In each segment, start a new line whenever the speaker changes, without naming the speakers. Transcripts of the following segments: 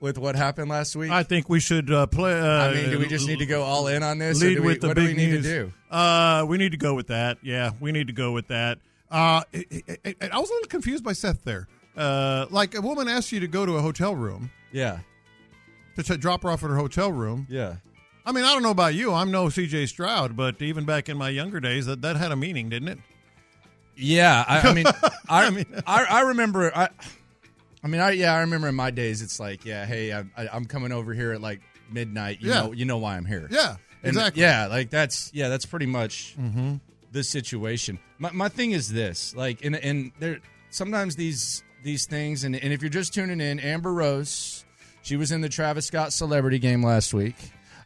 with what happened last week?
I think we should uh, play. Uh,
I mean, do we just need to go all in on this? or
lead
do we,
with the
what
big
do we need
news.
to do?
Uh, we need to go with that. Yeah, we need to go with that.
Uh, it- it- it- I was a little confused by Seth there. Uh, like a woman asks you to go to a hotel room
Yeah,
to t- drop her off at her hotel room.
yeah.
I mean, I don't know about you. I'm no C.J. Stroud, but even back in my younger days, that, that had a meaning, didn't it?
Yeah, I, I mean, I, I
I mean-
I, remember, I, I mean, I yeah, I remember in my days, it's like, yeah, hey, I, I, I'm coming over here at like midnight. You
Yeah.
know, you know why I'm here.
Yeah,
And,
exactly.
Yeah, like that's yeah, that's pretty much the situation. My my thing is this, like, and and there sometimes these these things, and and if you're just tuning in, Amber Rose, she was in the Travis Scott celebrity game last week.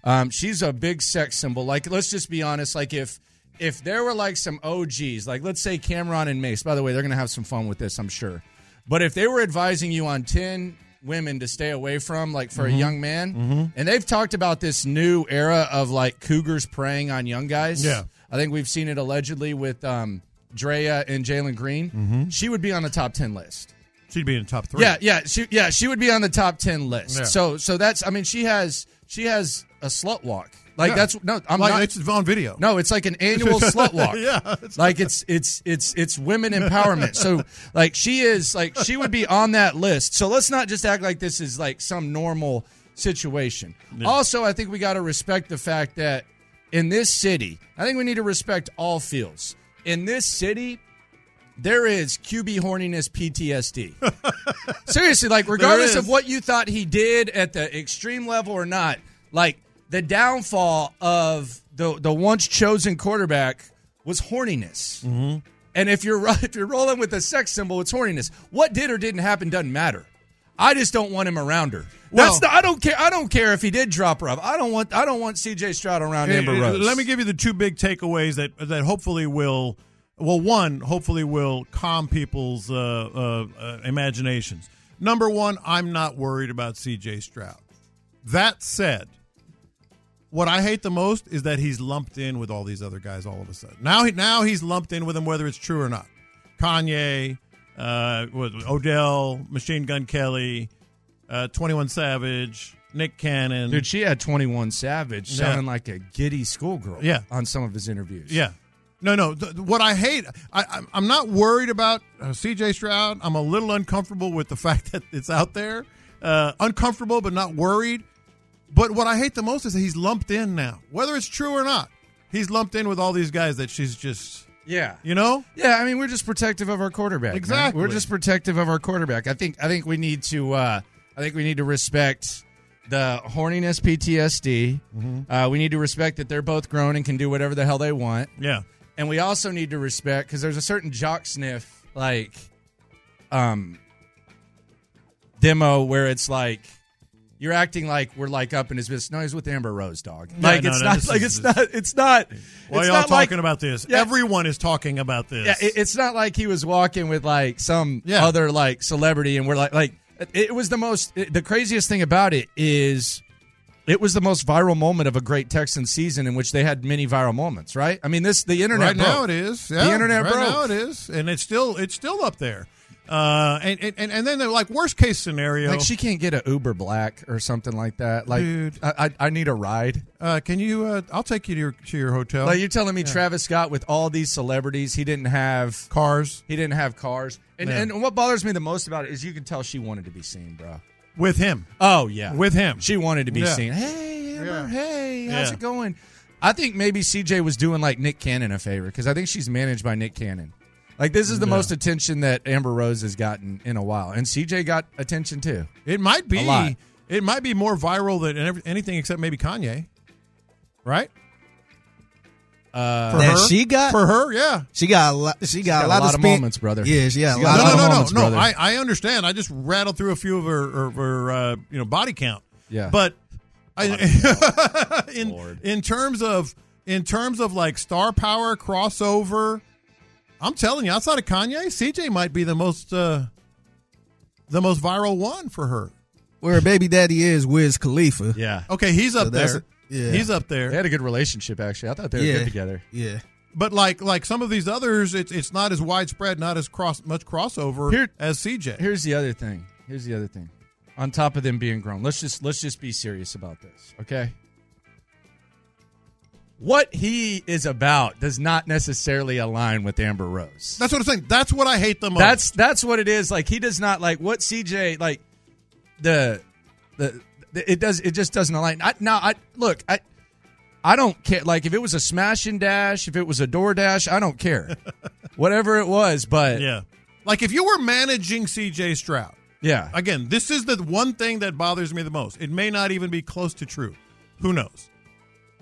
Um, she's a big sex symbol. Like, let's just be honest. Like, if if there were like some OGs, like let's say Cameron and Mace. By the way, they're gonna have some fun with this, I'm sure. But if they were advising you on ten women to stay away from, like for a young man, and they've talked about this new era of like cougars preying on young guys.
Yeah.
I think we've seen it allegedly with um, Drea and Jalen Green. She would be on the top ten list.
She'd be in the top Mm-hmm. three.
Yeah, yeah, she yeah she would be on the top ten list.
Yeah.
So so that's I mean she has she has a slut walk like
Yeah.
that's no I'm
like
not
it's on video.
no it's like an annual slut walk.
Yeah.
like it's it's it's it's women empowerment. So like she is like she would be on that list. So let's not just act like this is like some normal situation. Also, I think we got to respect the fact that in this city, I think we need to respect all fields. In this city, there is QB horniness PTSD. Seriously, like regardless
is.
of what you thought he did at the extreme level or not, like the downfall of the the once chosen quarterback was horniness. Mm-hmm. And if you're ro- if you're rolling with a sex symbol, it's horniness. What did or didn't happen doesn't matter. I just don't want him around her. That's
Well-
the, I don't care. I don't care if he did drop her off. I don't want. I don't want C.J. Stroud around
Hey,
Amber
uh,
Rose.
Let me give you the two big takeaways that that hopefully will, well, one hopefully will calm people's uh, uh, uh, imaginations.
Number one, I'm not worried about C.J. Stroud. That said, what I hate the most is that he's lumped in with all these other guys all of a sudden. Now, he, now he's lumped in with them, whether it's true or not. Kanye, uh, was Odell, Machine Gun Kelly, uh, Twenty One Savage, Nick Cannon.
Dude, she had 21 Savage
Yeah.
sounding like a giddy schoolgirl
Yeah.
on some of his interviews.
Yeah. No, no. th- what I hate, I, I'm- I'm not worried about uh, C.J. Stroud. I'm a little uncomfortable with the fact that it's out there. Uh, uncomfortable, but not worried. But what I hate the most is that he's lumped in now, whether it's true or not. He's lumped in with all these guys that she's just,
Yeah.
you know.
Yeah, I mean, we're just protective of our quarterback. man.
Exactly.
We're just protective of our quarterback. I think I think we need to uh, I think we need to respect the horniness PTSD.
Mm-hmm.
Uh, we need to respect that they're both grown and can do whatever the hell they want.
Yeah.
And we also need to respect because there's a certain jock sniff like um demo where it's like you're acting like we're like up in his business. No, he's with Amber Rose, dog. like
no,
it's
no,
not
this
like
is-
it's not it's not
Why
it's
y'all
not
talking
like-
about this?
Yeah.
Everyone is talking about this.
yeah, it, it's not like he was walking with like some
Yeah.
other like celebrity, and we're like, like it was the most. It, the craziest thing about it is, it was the most viral moment of a great Texan season in which they had many viral moments. Right? I mean, this the internet
right
broke.
now it is. Yeah,
The internet
right
broke.
now it is, and it's still it's still up there. Uh, and, and- and and then they're like worst case scenario.
Like she can't get a Uber Black or something like that. Like,
Dude.
I, I I need a ride.
Uh, can you? Uh, I'll take you to your, to your hotel.
Like you're telling me Travis Scott with all these celebrities, he didn't have
cars
he didn't have cars. And
Yeah.
and what bothers me the most about it is you can tell she wanted to be seen, bro.
with him.
Oh yeah,
With him.
She wanted to be
Yeah.
seen. Hey, Amber.
Yeah.
Hey, how's
Yeah.
it going? I think maybe CJ was doing like Nick Cannon a favor because I think she's managed by Nick Cannon. Like this is the most attention that Amber Rose has gotten in a while, and CJ got attention too.
It might be.
A lot.
It might be more viral than every- anything except maybe Kanye. Right?
Uh,
For
That
her?
she got-
for her, yeah.
She got a lot. She got,
got
a lot, of, spin-
moments, brother.
Yeah, she got
She got
a lot
No,
a
of
no,
lot
no, no,
moments,
no.
brother.
I, I understand. I just rattled through a few of her, her, her uh, you know body count.
Yeah.
But I, in
Lord.
in terms of in terms of like star power crossover, I'm telling you, outside of Kanye, CJ might be the most uh, the most viral one for her.
Where her baby daddy is Wiz Khalifa.
yeah,
Okay, he's up
So that's-
there.
yeah.
He's up there.
they had a good relationship actually. I thought they were
yeah.
good together.
Yeah.
But like like some of these others, it's it's not as widespread, not as cross much crossover
Here-
as CJ.
Here's the other thing. Here's the other thing. On top of them being grown, let's just let's just be serious about this, okay? What he is about does not necessarily align with Amber Rose.
that's what I'm saying. That's what I hate the most.
That's that's what it is. Like he does not like what CJ like the the, the- it does it just doesn't align. I, now I look I I don't care. Like if it was a smash and dash, if it was a door dash, I don't care. Whatever it was, but yeah.
yeah. Like if you were managing CJ Stroud, again, this is the one thing that bothers me the most. It may not even be close to true. Who knows?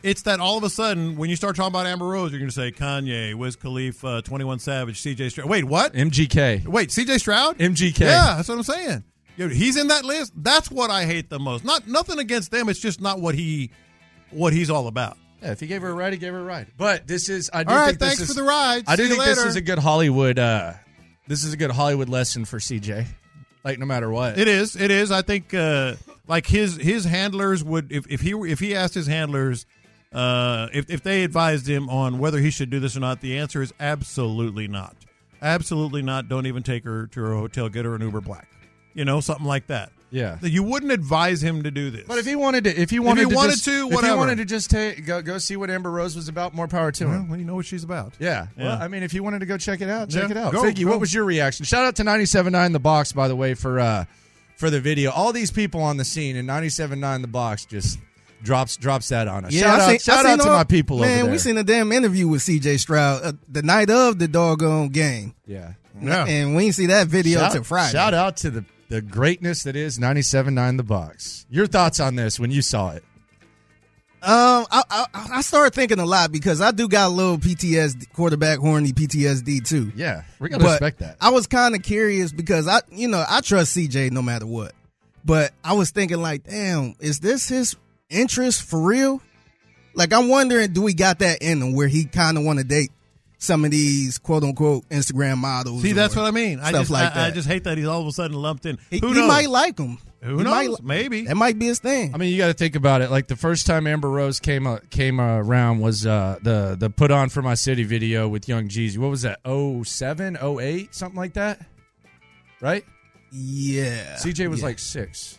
It's that all of a sudden, when you start talking about Amber Rose, you're going to say Kanye, Wiz Khalifa, Twenty One Savage, CJ Stroud. Wait, what?
MGK.
Wait, CJ Stroud?
MGK.
Yeah, that's what I'm saying. Yo, he's in that list. That's what I hate the most. Not nothing against them. It's just not what he what he's all about.
Yeah, if he gave her a ride, he gave her a ride. But this is I do
All right,
think this
thanks
is-
for the ride.
I do
See you
think this
later.
is a good Hollywood uh this is a good Hollywood lesson for CJ. Like no matter what.
It is. It is. I think uh, like his his handlers would if, if he were- if he asked his handlers uh, if if they advised him on whether he should do this or not, the answer is absolutely not. Absolutely not. Don't even take her to her hotel. Get her an Uber Black. You know, something like that.
yeah.
You wouldn't advise him to do this.
But if he wanted to, if he wanted, to,
wanted
just,
to,
if he
whatever.
wanted to just take go go see what Amber Rose was about, more power to
well,
him.
well, you know what she's about.
Yeah. Well,
Yeah.
I mean, if you wanted to go check it out, check
Yeah.
it out.
Go,
Figgy,
go.
what was your reaction? Shout out to 97.9 The Box, by the way, for uh for the video. All these people on the scene, and 97.9 The Box just drops drops that on us.
Yeah,
shout
I
out,
seen-
shout out
I seen
to
all-
my people
man,
over there.
we seen a damn interview with CJ Stroud uh, the night of the doggone game,
yeah.
Yeah.
and we didn't see that video
shout,
till Friday.
Shout out to the, the greatness that is 97.9 The Box. Your thoughts on this when you saw it?
Um, I, I I started thinking a lot because I do got a little PTSD, quarterback horny PTSD too.
Yeah. We're going to
But
respect that.
I was kind of curious because I, you know, I trust CJ no matter what. But I was thinking like, damn, is this his interest for real? Like, I'm wondering, do we got that in him where he kind of want to date some of these quote unquote Instagram models?
See, that's
or
what I mean. I
stuff
just
like
I,
that.
I just hate that he's all of a sudden lumped in.
he,
Who
he
knows?
might like him.
Who
He
knows?
might li-
Maybe.
that might be his thing.
I mean, you got to think about it. Like the first time Amber Rose came uh, came uh, around was uh, the the put on for my city video with Young Jeezy. What was that? 07, 08, something like that, right?
yeah.
CJ was
Yeah.
like six.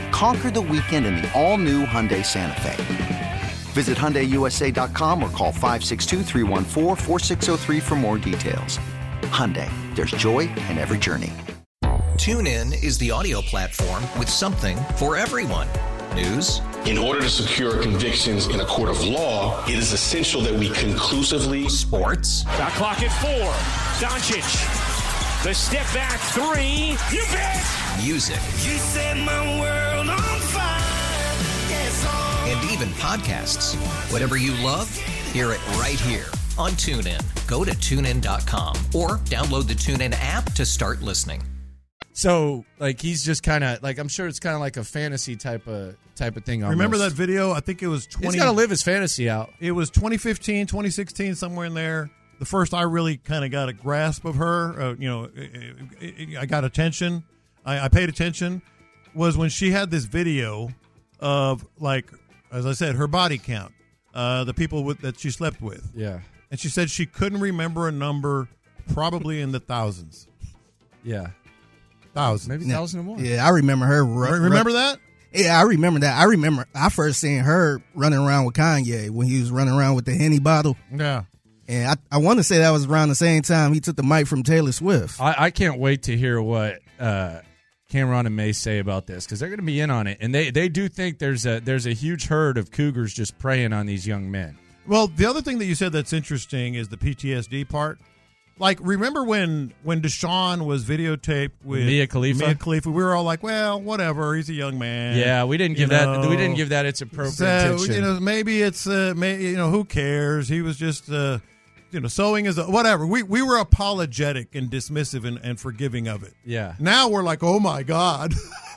Conquer the weekend in the all new Hyundai Santa Fe. Visit HyundaiUSA.com or call 562-314-4603 for more details. Hyundai, there's joy in every journey.
TuneIn is the audio platform with something for everyone. News,
In order to secure convictions in a court of law, it is essential that we conclusively
sports,
Got clock at four. Doncic. The step back three. You bet.
music,
You set my world on fire. Yes, all.
and even podcasts. Whatever you love, hear it right here on TuneIn. Go to tunein.com or download the TuneIn app to start listening.
So like he's just kind of like I'm sure it's kind of like a fantasy type of type of thing. Almost.
Remember that video? I think it was 20.
He's got to live his fantasy out.
It was 2015, 2016, somewhere in there. The first I really kind of got a grasp of her, uh, you know, it- it- it- I got attention. I, I paid attention was when she had this video of like, as I said, her body count, uh, the people with, that she slept with,
Yeah,
and she said she couldn't remember a number, probably in the thousands,
yeah,
thousands.
maybe
Yeah.
thousand and one.
Yeah, I remember her. Ru-
Re- remember that?
Yeah, I remember that. I remember I first seen her running around with Kanye when he was running around with the Henny bottle.
Yeah.
And I, I want to say that was around the same time he took the mic from Taylor Swift.
I, I can't wait to hear what uh, Cameron and May say about this because they're going to be in on it, and they they do think there's a there's a huge herd of cougars just preying on these young men.
Well, the other thing that you said that's interesting is the PTSD part. Like, remember when when Deshaun was videotaped with
Mia Khalifa?
Mia Khalifa, we were all like, "Well, whatever. He's a young man."
Yeah, we didn't give
You
that
know,
we didn't give that its appropriate
So
attention.
you know, maybe it's uh, may, you know, who cares? He was just uh, you know, sewing is a, whatever. We we were apologetic and dismissive and, and forgiving of it.
yeah,
Now we're like, "Oh my god,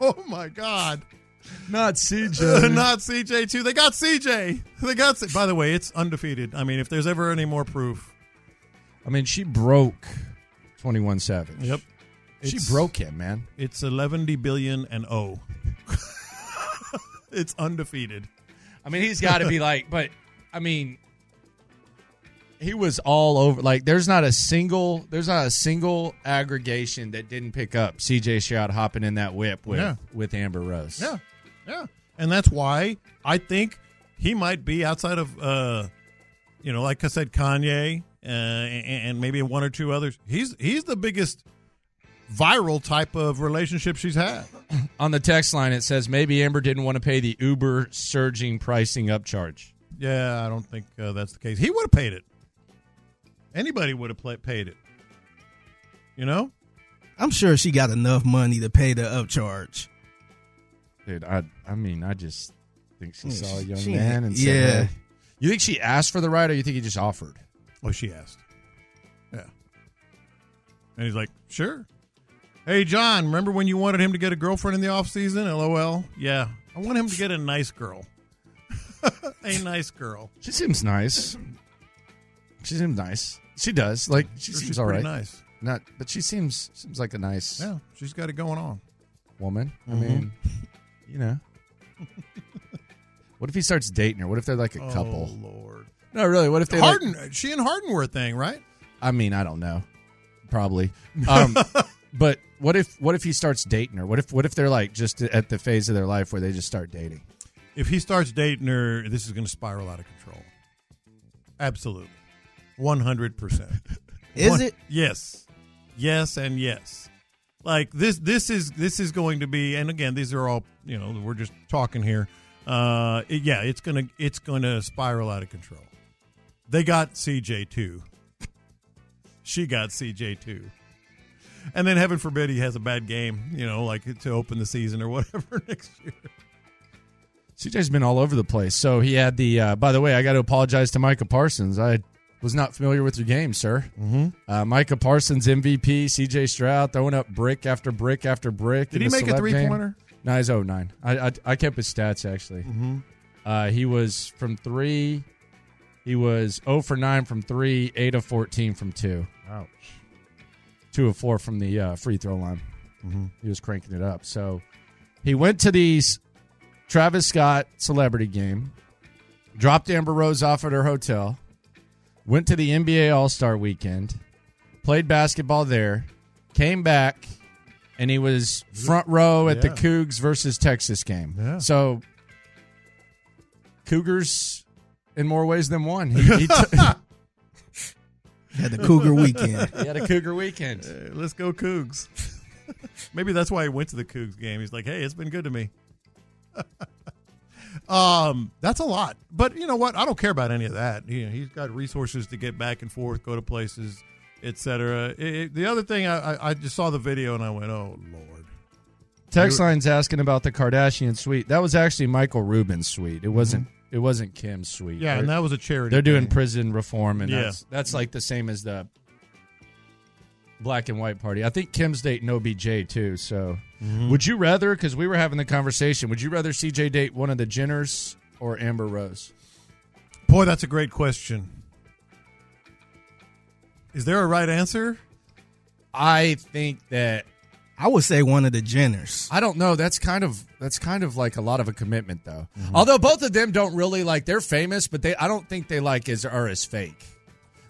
oh my god."
not CJ.
not CJ too. They got CJ. They got. C- By the way, it's undefeated. I mean, if there's ever any more proof,
I mean, she broke Twenty One Savage.
Yep.
she
It's-
broke him, man.
it's 11 billion and O. it's undefeated.
I mean, he's got to be like, but I mean, he was all over. Like, there's not a single, there's not a single aggregation that didn't pick up C.J. Stroud hopping in that whip with
Yeah.
with Amber Rose.
Yeah, yeah, and that's why I think he might be outside of, uh, you know, like I said, Kanye uh, and, and maybe one or two others. He's he's the biggest viral type of relationship she's had.
On the text line, it says maybe Amber didn't want to pay the Uber surging pricing upcharge.
Yeah, I don't think uh, that's the case. He would have paid it. Anybody would have pla paid it. You know?
I'm sure she got enough money to pay the upcharge.
Dude, I, I mean, I just think she
Yeah,
saw a
she-
young
she-
man and said,
yeah.
"Hey." You think she asked for the ride, or you think he just offered?
Oh, she asked. Yeah. And he's like, sure. Hey, John, remember when you wanted him to get a girlfriend in the off season? LOL. Yeah. I want him to get a nice girl. a nice girl.
She seems nice. She seems nice. She does. Like she
She's,
seems all
pretty
right.
nice.
Not, but she seems seems like a nice
Yeah, she's got it going on.
woman. I mean, you know. what if he starts dating her? What if they're like a couple?
Oh, Lord.
No, really. What if they? Like,
Harden, she and Harden were a thing, right?
I mean, I don't know. Probably. Um, but what if what if he starts dating her? What if what if they're like just at the phase of their life where they just start dating?
if he starts dating her, this is going to spiral out of control. Absolutely. 100%.
Is
One-
it?
Yes. Yes and yes. Like this this is this is going to be and again these are all, you know, we're just talking here. Uh it- yeah, it's going to it's going to spiral out of control. They got CJ too. She got CJ too. And then heaven forbid he has a bad game, you know, like to open the season or whatever next year.
CJ's been all over the place. So he had the. Uh, by the way, I got to apologize to Micah Parsons. I was not familiar with your game, sir. Mm-hmm. Uh, Micah Parsons MVP. CJ Stroud throwing up brick after brick after brick.
Did
in
he
the
make a
celeb game.
three-pointer?
No, he's 09. I, I I kept his stats actually. Mm-hmm. Uh, he was from three. He was 0 for 9 from three, 8 of 14 from two. Ouch. Two of four from the uh, free throw line.
Mm-hmm.
He was cranking it up. So he went to these Travis Scott celebrity game, dropped Amber Rose off at her hotel, went to the NBA All Star weekend, played basketball there, came back, and he was front row at the
Yeah.
Cougs versus Texas game.
Yeah.
So, Cougars in more ways than one. He, he, took-
Had the Cougar weekend.
he had a Cougar weekend.
Uh, Let's go Cougs. Maybe that's why he went to the Cougs game. He's like, hey, it's been good to me. um, that's a lot, but you know what? I don't care about any of that. You know, he's got resources to get back and forth, go to places, etc. It- it- The other thing, I, I, I just saw the video and I went, oh lord.
Text line's asking about the Kardashian suite. That was actually Michael Rubin's suite. It wasn't. It wasn't Kim's suite.
Mm-hmm. Yeah,
Or-
and that was a charity.
They're doing
thing.
prison reform, and
Yeah.
that's that's like the same as the black and white party. I think Kim's dating OBJ too. So,
Mm-hmm.
would you rather? Because we were having the conversation. Would you rather CJ date one of the Jenners or Amber Rose?
Boy, that's a great question. Is there a right answer?
I think that
I would say one of the Jenners.
I don't know. That's kind of that's kind of like a lot of a commitment though.
Mm-hmm.
Although both of them don't really like they're famous, but they I don't think they like is are as fake.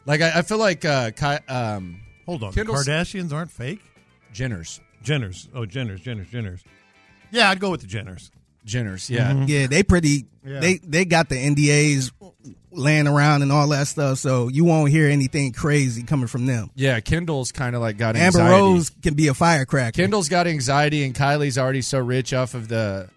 Like I, I feel like uh, Ki- um,
Hold on.
Kendall's-
the Kardashians aren't fake?
Jenners,
Jenners. Oh, Jenners, Jenners, Jenners. Yeah, I'd go with the Jenners.
Jenners, yeah.
Yeah, they pretty.
Yeah.
They they got the NDAs laying around and all that stuff, so you won't hear anything crazy coming from them.
Yeah, Kendall's kind of like got
Amber
anxiety.
Rose can be a firecracker.
Kendall's got anxiety, and Kylie's already so rich off of the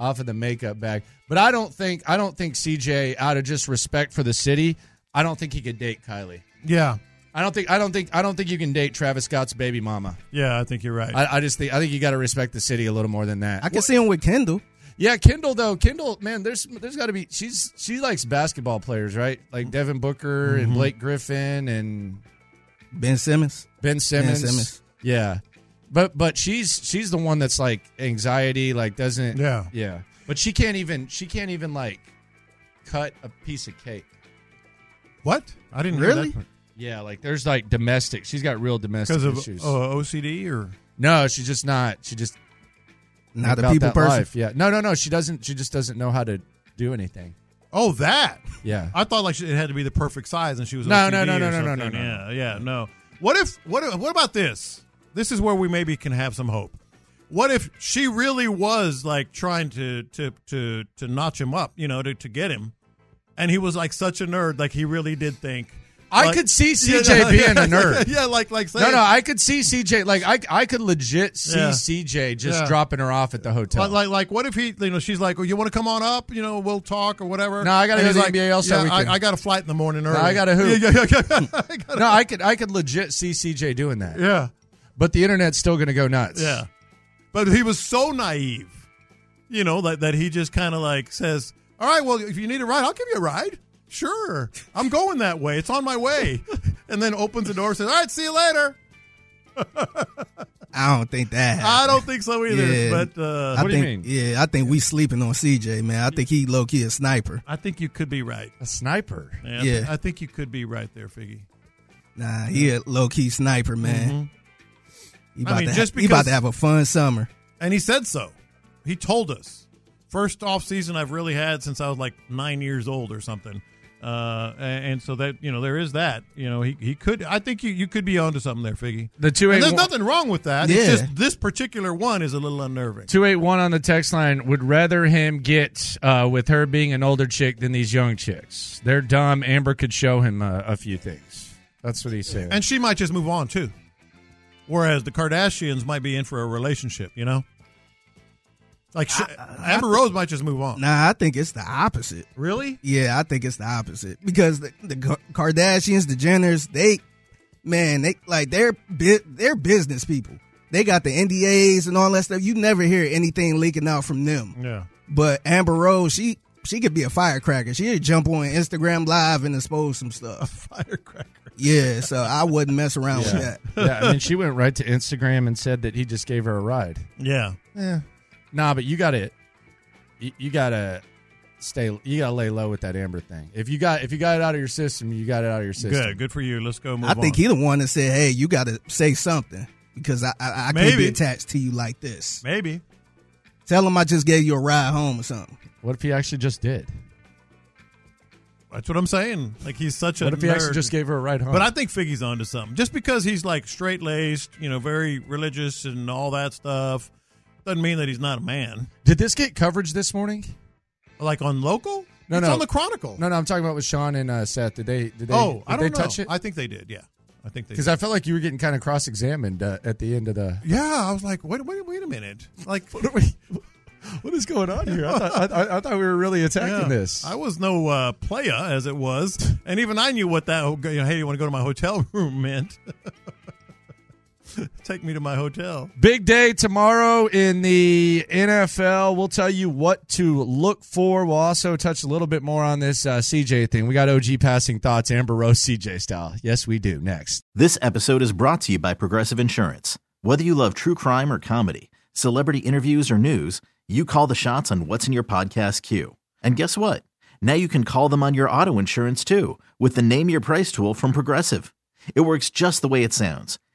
off of the makeup bag. But I don't think I don't think CJ, out of just respect for the city, I don't think he could date Kylie.
Yeah.
I don't think I don't think I don't think you can date Travis Scott's baby mama.
Yeah, I think you're right.
I, I just think I think you got to respect the city a little more than that.
I can see him with Kendall.
Yeah, Kendall though. Kendall, man, there's there's got to be she's she likes basketball players, right? Like Devin Booker
Mm-hmm.
and Blake Griffin and
Ben Simmons.
Ben Simmons.
Simmons.
Yeah. But but she's she's the one that's like anxiety, like doesn't
Yeah.
Yeah. But she can't even she can't even like cut a piece of cake.
what? I didn't
Really?
Yeah, like there's like domestic. She's got real domestic
Because of
issues.
uh, OCD or
no, she's just not. She just
Not a
about
people
that
person.
life. Yeah. No, no, no. She doesn't she just doesn't know how to do anything.
oh that?
Yeah.
I thought like she- it had to be the perfect size, and she was
No,
OCD
no, no,
or
no, no, no,
something.
no, no.
Yeah, yeah, no. What if what? If, what about this? This is where we maybe can have some hope. What if she really was like trying to to to to notch him up, you know, to, to get him, and he was like such a nerd, like he really did think.
I
like-
could see
Yeah,
CJ
no,
being
yeah,
a nerd.
Yeah, like like
No,
saying,
no, I could see CJ like I I could legit see
Yeah.
CJ just
Yeah.
dropping her off at the hotel.
Like, like, like, what if he, you know, she's like, oh, you want to come on up? You know, we'll talk or whatever.
No, I gotta
And
go to
he's
the NBA All-Star
yeah,
weekend.
I, I got a flight in the morning early.
I gotta hoop.
Yeah, yeah, yeah, yeah. I gotta-
no, I could I could legit see CJ doing that.
yeah,
But the internet's still going to go nuts.
yeah. But he was so naive, you know, that, that he just kind of like says, all right, well, if you need a ride, I'll give you a ride. Sure. I'm going that way. It's on my way. and then opens the door says, all right, see you later.
I don't think that.
I
happened.
don't think so either.
Yeah.
But uh,
I
What do you
think,
mean?
Yeah, I think we sleeping on CJ, man. I think he low key a sniper.
I think you could be right.
A sniper.
I thi-
Yeah.
I think you could be right there, Figgy.
Nah, he a low key sniper, man. He
Mm-hmm. I
about,
mean,
to
just
have, he about
because-
to have a fun summer.
And he said so. He told us. First off season I've really had since I was like nine years old or something. Uh, a- and so that you know there is that you know he, he could I think you, you could be onto something there Figgy.
The
And
281,
there's nothing wrong with that.
Yeah.
It's just this particular one is a little unnerving.
281 on the text line would rather him get uh, with her being an older chick than these young chicks. They're dumb. Amber could show him uh, a few things. That's what he's saying.
And she might just move on too. Whereas the Kardashians might be in for a relationship, you know. Like she, Amber Rose might just move on.
Nah, I think it's the opposite.
Really?
Yeah, I think it's the opposite because the, the Ka- Kardashians, the Jenners, they man, they like they're bu- they're business people. They got the NDAs and all that stuff. You never hear anything leaking out from them.
Yeah.
But Amber Rose, she she could be a firecracker. She'd jump on Instagram Live and expose some stuff.
Firecracker.
Yeah, so I wouldn't mess around with that.
yeah, I mean, she went right to Instagram and said that he just gave her a ride.
Yeah.
Nah, but you got to, you, you got to stay, you got to lay low with that Amber thing. If you got, if you got it out of your system, you got it out of your system.
Good. Good for you. Let's go. Move
I
on.
think he the one that said, "Hey, you got to say something because I I, I can't
Maybe.
be attached to you like this."
maybe.
Tell him I just gave you a ride home or something.
What if he actually just did?
That's what I'm saying. Like he's such a
What if he
nerd.
actually just gave her a ride home?
but I think Figgy's onto something. Just because he's like straight laced, you know, very religious and all that stuff, doesn't mean that he's not a man.
Did this get coverage this morning?
Like on local,
No,
it's
no.
on the Chronicle.
No, no, I'm talking about with Sean and uh, Seth. Did they? Did they?
oh,
did
I
they
don't know.
touch it?
I think they did. Yeah, I think they.
Because
Did.
I felt like you were getting kind of cross-examined uh, at the end of the.
yeah, I was like, wait, wait, wait a minute. Like,
What is going on here? I thought, I, I thought we were really attacking
yeah.
this.
I was no uh, playa as it was, and even I knew what that. You know, hey, you want to go to my hotel room meant. Take me to my hotel.
Big day tomorrow in the NFL. We'll tell you what to look for. We'll also touch a little bit more on this uh, CJ thing. We got OG passing thoughts, Amber Rose CJ style. Yes, we do. Next.
This episode is brought to you by Progressive Insurance. Whether you love true crime or comedy, celebrity interviews or news, you call the shots on what's in your podcast queue. And guess what? Now you can call them on your auto insurance too with the Name Your Price tool from Progressive. It works just the way it sounds.